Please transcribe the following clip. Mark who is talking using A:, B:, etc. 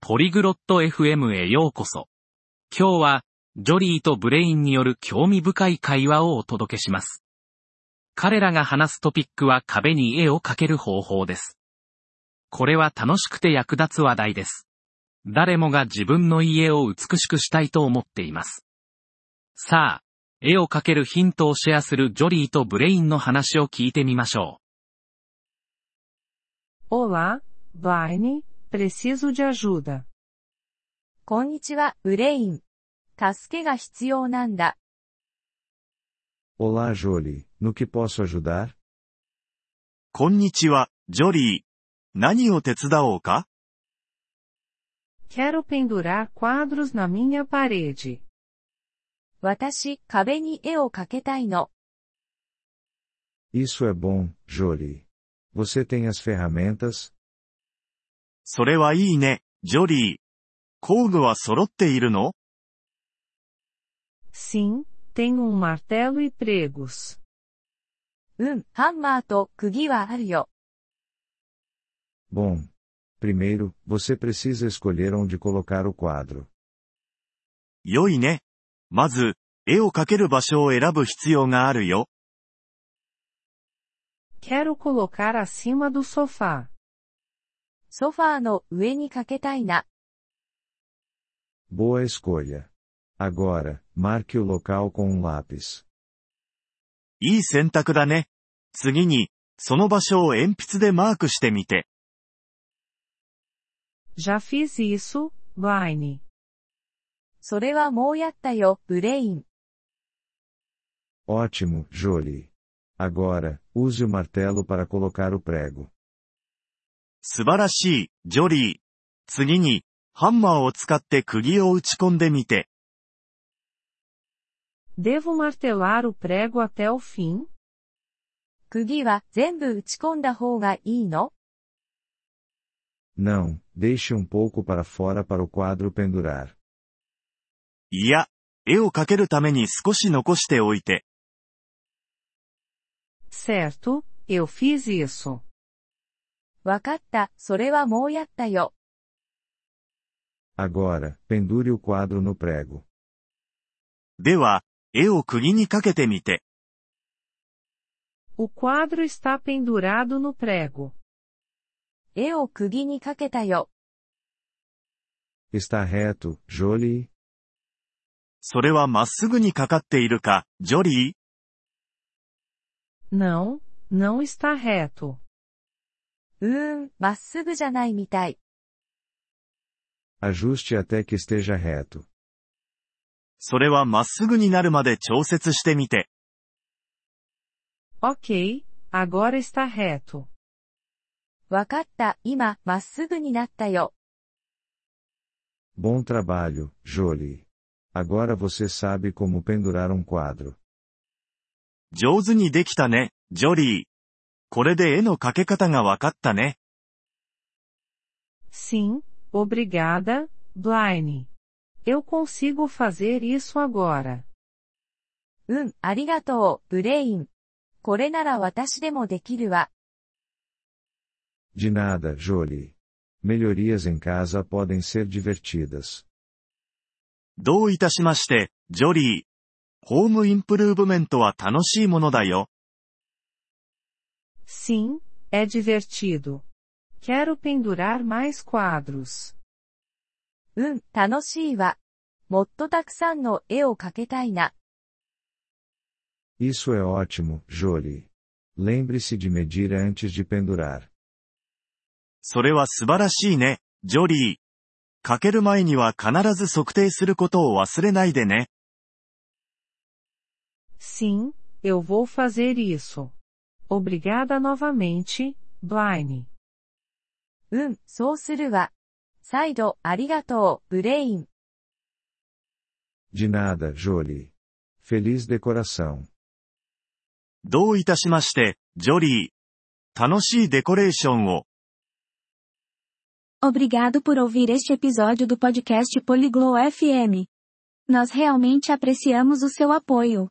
A: ポリグロット FM へようこそ。今日は、ジョリーとブレインによる興味深い会話をお届けします。彼らが話すトピックは壁に絵を描ける方法です。これは楽しくて役立つ話題です。誰もが自分の家を美しくしたいと思っています。さあ、絵を描けるヒントをシェアするジョリーとブレインの話を聞いてみましょう。
B: Olá, Barney, preciso de ajuda.
C: こんにちは、ブレイン。助けが必要なんだ。
D: Olá, Jolie. No que posso ajudar?
E: こんにちは、ジョリー。何を手伝おうか
B: Quero pendurar quadros na minha parede.
C: 私、壁に絵を描けたいの。
D: Isso é bom, Jolie. Você tem as ferramentas?
E: それはいいね、ジョリー。工具は揃っているの
B: Sim, tenho um martelo e pregos.
C: うん、ハンマーと釘はあるよ。
D: Bom. Primeiro, você precisa escolher onde colocar o quadro.
E: 良いね。まず、絵を描ける場所を選ぶ必要があるよ。
B: Quero colocar acima do sofá.
C: ソファーの上に描けたいな。
D: Boa escolha. Agora, marque o local com um lápis.
E: いい選択だね。次に、その場所を鉛筆でマークしてみて。
B: Já fiz isso, Barney.
C: それはもうやったよ、ブレイン。
D: Ótimo, Jolie. Agora, use o martelo para colocar o prego.
E: 素晴らしい、ジョリー。次に、ハンマーを使って釘を打ち込んでみて。
B: Devo martelar o prego até o fim?
C: 釘は全部打ち込んだ方がいいの
D: Não, deixe um pouco para fora para o quadro pendurar.
E: いや、絵を描けるために少し残しておいて。
B: Certo, eu fiz isso.
C: わかった、それはもうやったよ。
D: Agora, pendure o quadro no prego.
E: では、絵を釘にかけてみて。
B: O quadro está pendurado no prego.
C: 絵を釘に描けたよ。
D: Está reto, Jolie?
E: それはまっすぐにかかっているか、ジョリー
B: Não, não está reto.
C: うーん、まっすぐじゃないみたい。
D: Ajuste até que esteja reto.
E: それはまっすぐになるまで調節してみて。
B: Ok, agora está reto.
C: わかった、今、まっすぐになったよ。
D: Bom trabalho, Jolie. Agora você sabe como pendurar um quadro.
E: 上手にできたね、ジョリー。これで絵の描け方がわかったね。
B: Sim, obrigada, Blaine. Eu consigo fazer isso agora.
C: うん、ありがとう、ブレイン。これなら私でもできるわ。
D: De nada, Jolie. Melhorias em casa podem ser divertidas.
E: どういたしまして、ジョリー。ホームインプルーブメントは楽しいものだよ。
B: Sim, é divertido. Quero pendurar mais quadros.
C: うん、楽しいわ。もっとたくさんの絵を描けたいな。
D: Isso é ótimo, Jolie. Lembre-se de medir antes de pendurar.
E: それは素晴らしいね、ジョリー。描ける前には必ず測定することを忘れないでね。
B: Sim, eu vou fazer isso. Obrigada novamente, Blaine.
C: うん、そうするわ。再度、ありがとう、ブレイン。
D: De nada, Jolie. Feliz decoração.
E: どういたしまして、ジョリー。楽しいデコレーションを。
F: Obrigado por ouvir este episódio do podcast Poliglow FM. Nós realmente apreciamos o seu apoio.